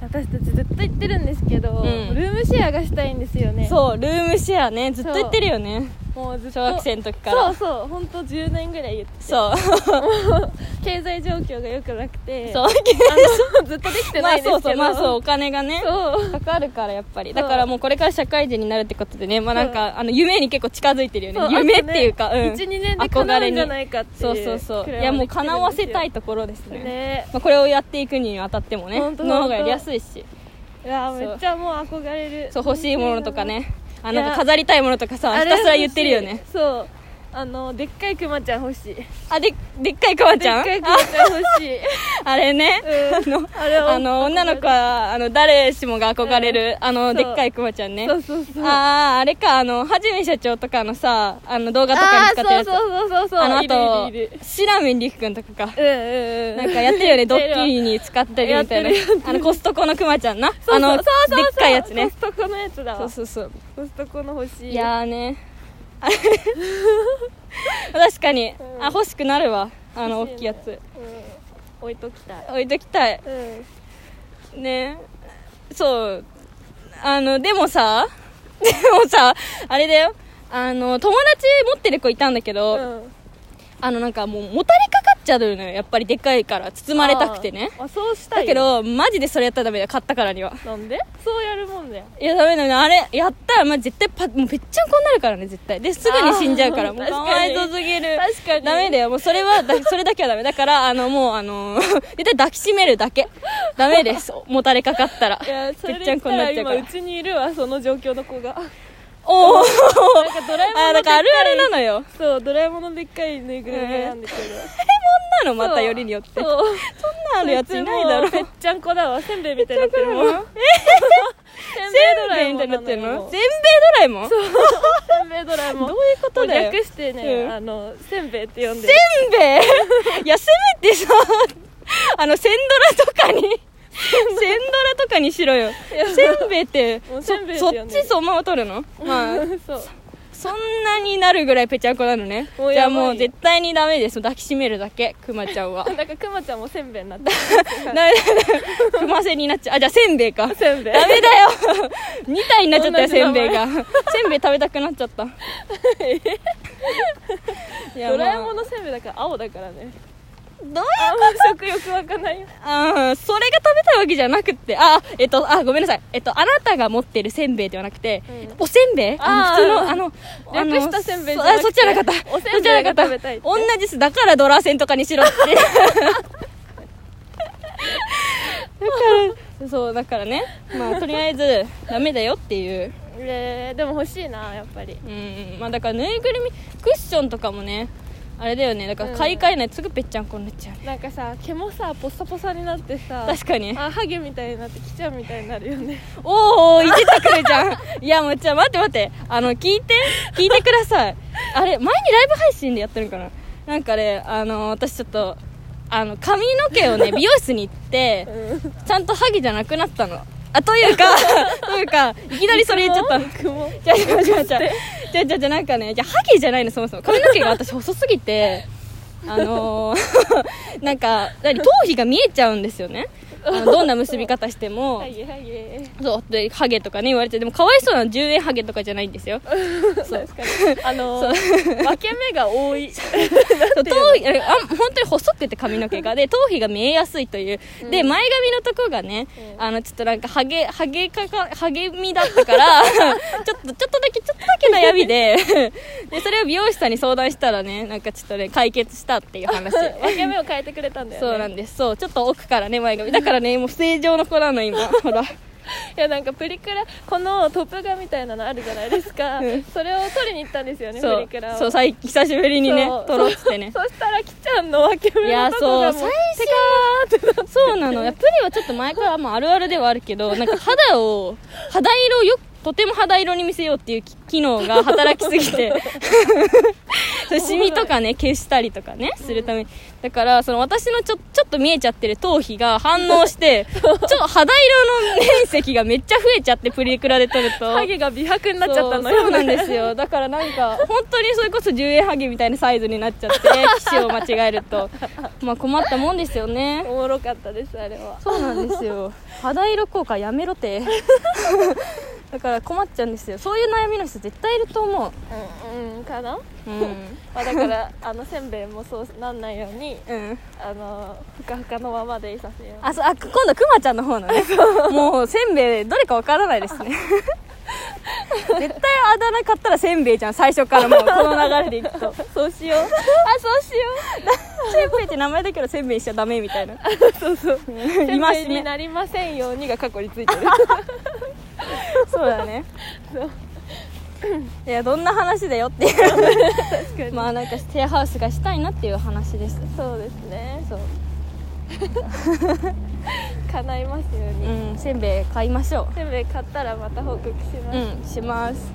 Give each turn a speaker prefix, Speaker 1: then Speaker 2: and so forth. Speaker 1: 私たちずっと言ってるんですけど、
Speaker 2: うん
Speaker 1: ルームシェアがしたいんですよね
Speaker 2: そうルームシェアねずっと言ってるよね
Speaker 1: もうずっと
Speaker 2: 小学生の時から
Speaker 1: そうそう本当10年ぐらい言って
Speaker 2: そう
Speaker 1: 経済状況が良くなくて
Speaker 2: そう
Speaker 1: あのずっとできてな
Speaker 2: まあ
Speaker 1: いですけど
Speaker 2: そうそうまあそうお金がね
Speaker 1: そう
Speaker 2: かかるからやっぱり
Speaker 1: そう
Speaker 2: だからもうこれから社会人になるってことでねまあなん
Speaker 1: そ
Speaker 2: かあの夢に結構近づいてる
Speaker 1: そ
Speaker 2: よ
Speaker 1: う
Speaker 2: ね夢っていうか、
Speaker 1: あとね
Speaker 2: うん
Speaker 1: 12年で叶うんじゃないかってい
Speaker 2: そううそうそう
Speaker 1: くら
Speaker 2: いやもう叶わせたい
Speaker 1: で
Speaker 2: ところです
Speaker 1: きてるん
Speaker 2: ね
Speaker 1: ですよね
Speaker 2: まあ、これをやっていくにあたってもね
Speaker 1: ほんとほ
Speaker 2: の方
Speaker 1: んと
Speaker 2: がやりやすいし
Speaker 1: いや
Speaker 2: そう
Speaker 1: めっちゃもう憧れる
Speaker 2: そう欲しいものとかねあ
Speaker 1: いや
Speaker 2: なんか飾りたいものとかさ
Speaker 1: あ
Speaker 2: ひ
Speaker 1: れ
Speaker 2: たすら言ってるよね
Speaker 1: 欲しいそうあのでっかいクマちゃん欲しいでっ
Speaker 2: あででっかいかわちゃん
Speaker 1: かいクマちゃん欲 しい
Speaker 2: あれね、
Speaker 1: うん
Speaker 2: あの
Speaker 1: あれを
Speaker 2: あの女の子はあの誰しもが憧れる、あ
Speaker 1: そ
Speaker 2: の
Speaker 1: う
Speaker 2: でっかいクマちゃんね
Speaker 1: そうそうそう
Speaker 2: あああれかあのはじめ社長とかのさあの動画とかに使ってる
Speaker 1: あ
Speaker 2: や
Speaker 1: ー
Speaker 2: つ
Speaker 1: そうそうそうそうそう
Speaker 2: あのあ
Speaker 1: いるいるいる
Speaker 2: とシラミンりくんとかか
Speaker 1: うんうんうん
Speaker 2: なん かやってるよねド
Speaker 1: やって
Speaker 2: ッ
Speaker 1: る
Speaker 2: キリに使ってるみたいな
Speaker 1: やってるや
Speaker 2: あのコストコのクマちゃんな
Speaker 1: そうそう
Speaker 2: あの
Speaker 1: そうそうそう
Speaker 2: でっかいやつね
Speaker 1: コストコのやつだわ
Speaker 2: そうそうそう
Speaker 1: コストコの欲しい
Speaker 2: いやーね あれ確かに、
Speaker 1: うん
Speaker 2: あ欲しくなるわあの大
Speaker 1: 欲し
Speaker 2: きい
Speaker 1: いね
Speaker 2: やつ
Speaker 1: うん置いときたい
Speaker 2: 置いときたい
Speaker 1: うん
Speaker 2: ねそうあのでもさ でもさあれだよあの友達持ってる子いたんだけど、
Speaker 1: うん
Speaker 2: あのなんかもうもたれかかっちゃうのよやっぱりでかいから包まれたくてね
Speaker 1: あーあそうしたい
Speaker 2: だ
Speaker 1: よ
Speaker 2: けどマジでそれやったらダメだよ買ったからには
Speaker 1: なんでそうやるもんだよ
Speaker 2: いやダメだねあれやったらまあ絶対パもうぺっちゃんこになるからね絶対ですぐに死んじゃうから
Speaker 1: あー
Speaker 2: もう
Speaker 1: 確
Speaker 2: か
Speaker 1: かに
Speaker 2: わいそうすぎる
Speaker 1: 確かに
Speaker 2: ダメだよもうそれ はだそれだけはダメだからあのもうあの 絶対抱きしめるだけダメですもたれかかったら
Speaker 1: い やそ
Speaker 2: ぺ
Speaker 1: れ
Speaker 2: っ
Speaker 1: で
Speaker 2: ちゃん
Speaker 1: し
Speaker 2: こに
Speaker 1: た
Speaker 2: な
Speaker 1: ら
Speaker 2: っちゃう
Speaker 1: 今う
Speaker 2: から
Speaker 1: ちにいるわその状況の子がなんか
Speaker 2: おお
Speaker 1: ドラえもん
Speaker 2: あ
Speaker 1: の
Speaker 2: だからあるあ
Speaker 1: でっ
Speaker 2: れ
Speaker 1: い
Speaker 2: なのよ
Speaker 1: そうドラえもんのでっかいぬいぐるみなんだけど、
Speaker 2: そんなのまたよりによってそ
Speaker 1: そうそ
Speaker 2: ん
Speaker 1: う
Speaker 2: なのやついないだ
Speaker 1: そ
Speaker 2: ろ
Speaker 1: つもうぺっちゃんこだわせんべいみたいになってるもん
Speaker 2: ぺっちゃんこなの
Speaker 1: せ
Speaker 2: せんべいみたいになってる
Speaker 1: ドラえもんなのよ
Speaker 2: のせんべいドラえもん
Speaker 1: せんべいドラえもん
Speaker 2: どういうことだよ
Speaker 1: 略してね、
Speaker 2: うん
Speaker 1: あのせんべいって呼んでる
Speaker 2: せんべいいやせめてさあのセンドラとかにセンドラとかにしろよせんべいって
Speaker 1: もう
Speaker 2: そ
Speaker 1: せんべいって
Speaker 2: そ
Speaker 1: 呼んで
Speaker 2: っ
Speaker 1: る
Speaker 2: ちそのまま取るのまあ
Speaker 1: そう
Speaker 2: そんなになるぐらいぺちゃんこなのね
Speaker 1: もう
Speaker 2: じゃ
Speaker 1: や
Speaker 2: あ
Speaker 1: ばいよ
Speaker 2: もう絶対にダメです抱きしめるだけクマちゃんは
Speaker 1: なん かくまちゃんもせんべいになってる
Speaker 2: ダメだクマせになっちゃうあじゃあせんべいか
Speaker 1: せんべい
Speaker 2: ダメだよ 2体になっちゃった
Speaker 1: 同じ
Speaker 2: よせ
Speaker 1: 名
Speaker 2: んべ
Speaker 1: 前
Speaker 2: いがせんべい食べたくなっち ゃったいや
Speaker 1: ドラえもん
Speaker 2: ま
Speaker 1: のせんべいだから青だからね
Speaker 2: あどうや
Speaker 1: あんま食欲わかないよ
Speaker 2: あーそれが食べたいわけじゃなくてあえっとあごめんなさいえっとあなたが持ってるせんべいではなくて、
Speaker 1: うん
Speaker 2: おせんべいあの
Speaker 1: あー
Speaker 2: 普通のあの
Speaker 1: 略した
Speaker 2: あの
Speaker 1: せんべいじゃ
Speaker 2: そ
Speaker 1: なく
Speaker 2: あ
Speaker 1: て
Speaker 2: そっちじゃなかった
Speaker 1: おせんべいが食べたいって
Speaker 2: そっちじゃなかった同じですだからドラせんとかにしろって だからそうだからねまあとりあえずダメだよっていう
Speaker 1: えーでも欲しいなやっぱり
Speaker 2: うんまあだからぬいぐるみクッションとかもねあれだよねだから買い替えないとすぐぺっちゃんこになっちゃう、
Speaker 1: なんかさ毛もさポサポサになってさ
Speaker 2: 確かに
Speaker 1: あハゲみたいになってきちゃうみたいになるよね
Speaker 2: おーおーいじってくるじゃんいやもうちょ待って待ってあの聞いて聞いてくださいあれ前にライブ配信でやってるのかななんかねあの私ちょっとあの髪の毛をね美容室に行って
Speaker 1: うん
Speaker 2: ちゃんとハゲじゃなくなったのあというか というかいきなりそれ言っちゃったの
Speaker 1: 肉も
Speaker 2: じゃじゃじゃじゃじゃじゃじゃなんかねじゃハゲじゃないのそもそも髪の毛が私細すぎてあのー、 なんか何頭皮が見えちゃうんですよねあのどんな結び方しても
Speaker 1: ハゲハゲ
Speaker 2: そうでハゲとかね言われてでもかわいそうなの10円ハゲとかじゃないんですよそう
Speaker 1: 確かにあの分け目が多い
Speaker 2: そう頭皮あ本当に細くて髪の毛がで頭皮が見えやすいという、で前髪のとこがね、
Speaker 1: うん
Speaker 2: あのちょっとなんかハゲハゲかかハゲみだったから ちょっとちょっとだけちょっとだけ悩 みででそれを美容師さんに相談したらねなんかちょっとね解決したっていう話
Speaker 1: 分け目を変えてくれたんだよね
Speaker 2: そうなんですそうちょっと奥からね前髪だからねもう正常の子なの今 ほら
Speaker 1: いやなんかプリクラこのトップガンみたいなのあるじゃないですか、
Speaker 2: うん
Speaker 1: それを取りに行ったんですよねプ
Speaker 2: そう
Speaker 1: リクラを
Speaker 2: そう最近久しぶりにね
Speaker 1: そう
Speaker 2: 撮ろうっつってね
Speaker 1: そしたらきちゃんの分け
Speaker 2: い
Speaker 1: 目
Speaker 2: や
Speaker 1: のとこ
Speaker 2: そ
Speaker 1: が
Speaker 2: う
Speaker 1: も
Speaker 2: 最
Speaker 1: う
Speaker 2: 初はそうなのいやプリはちょっと前からまああるあるではあるけ どなんか肌を肌 色をよとても肌色に見せようっていう機機能が働きすぎてそれシミとかね消したりとかねするために、だからその私のちょちょっと見えちゃってる頭皮が反応して ちょっと肌色の面積がめっちゃ増えちゃってプリクラで撮ると
Speaker 1: ハゲが美白になっちゃったの
Speaker 2: そう
Speaker 1: よ
Speaker 2: そうなんです よだからなんか本当にそれこそ10円ハゲみたいなサイズになっちゃって機種を間違えるとまあ困ったもんですよね
Speaker 1: おもろかったですあれは
Speaker 2: そうなんですよ肌色効果やめろ てだから困っちゃうんですよそういう悩みの人絶対いると思う
Speaker 1: うん、うん、かな、
Speaker 2: うん
Speaker 1: まあ、だからあのせんべいもそうなんないように
Speaker 2: うん、
Speaker 1: あのふかふかのままでいさせよう
Speaker 2: あそうあ今度くまちゃんの方のねもうせんべいどれかわからないですね絶対あだ名買ったらせんべいじゃん最初からもうこの流れでいくと
Speaker 1: そうしよう
Speaker 2: あそうしようせんべいって名前だけどせんべいしちゃダメみたいな
Speaker 1: そうそうせん
Speaker 2: いま
Speaker 1: べ
Speaker 2: す
Speaker 1: いに
Speaker 2: ね
Speaker 1: なりませんようにが過去についてる
Speaker 2: そうだね
Speaker 1: そう
Speaker 2: いやどんな話だよっていう
Speaker 1: 確かに、
Speaker 2: まあなんかシェアハウスがしたいなっていう話です
Speaker 1: そうですねそう 叶いますように、
Speaker 2: うんせんべい買いましょ
Speaker 1: せんべい買ったらまた報告します、
Speaker 2: ううんします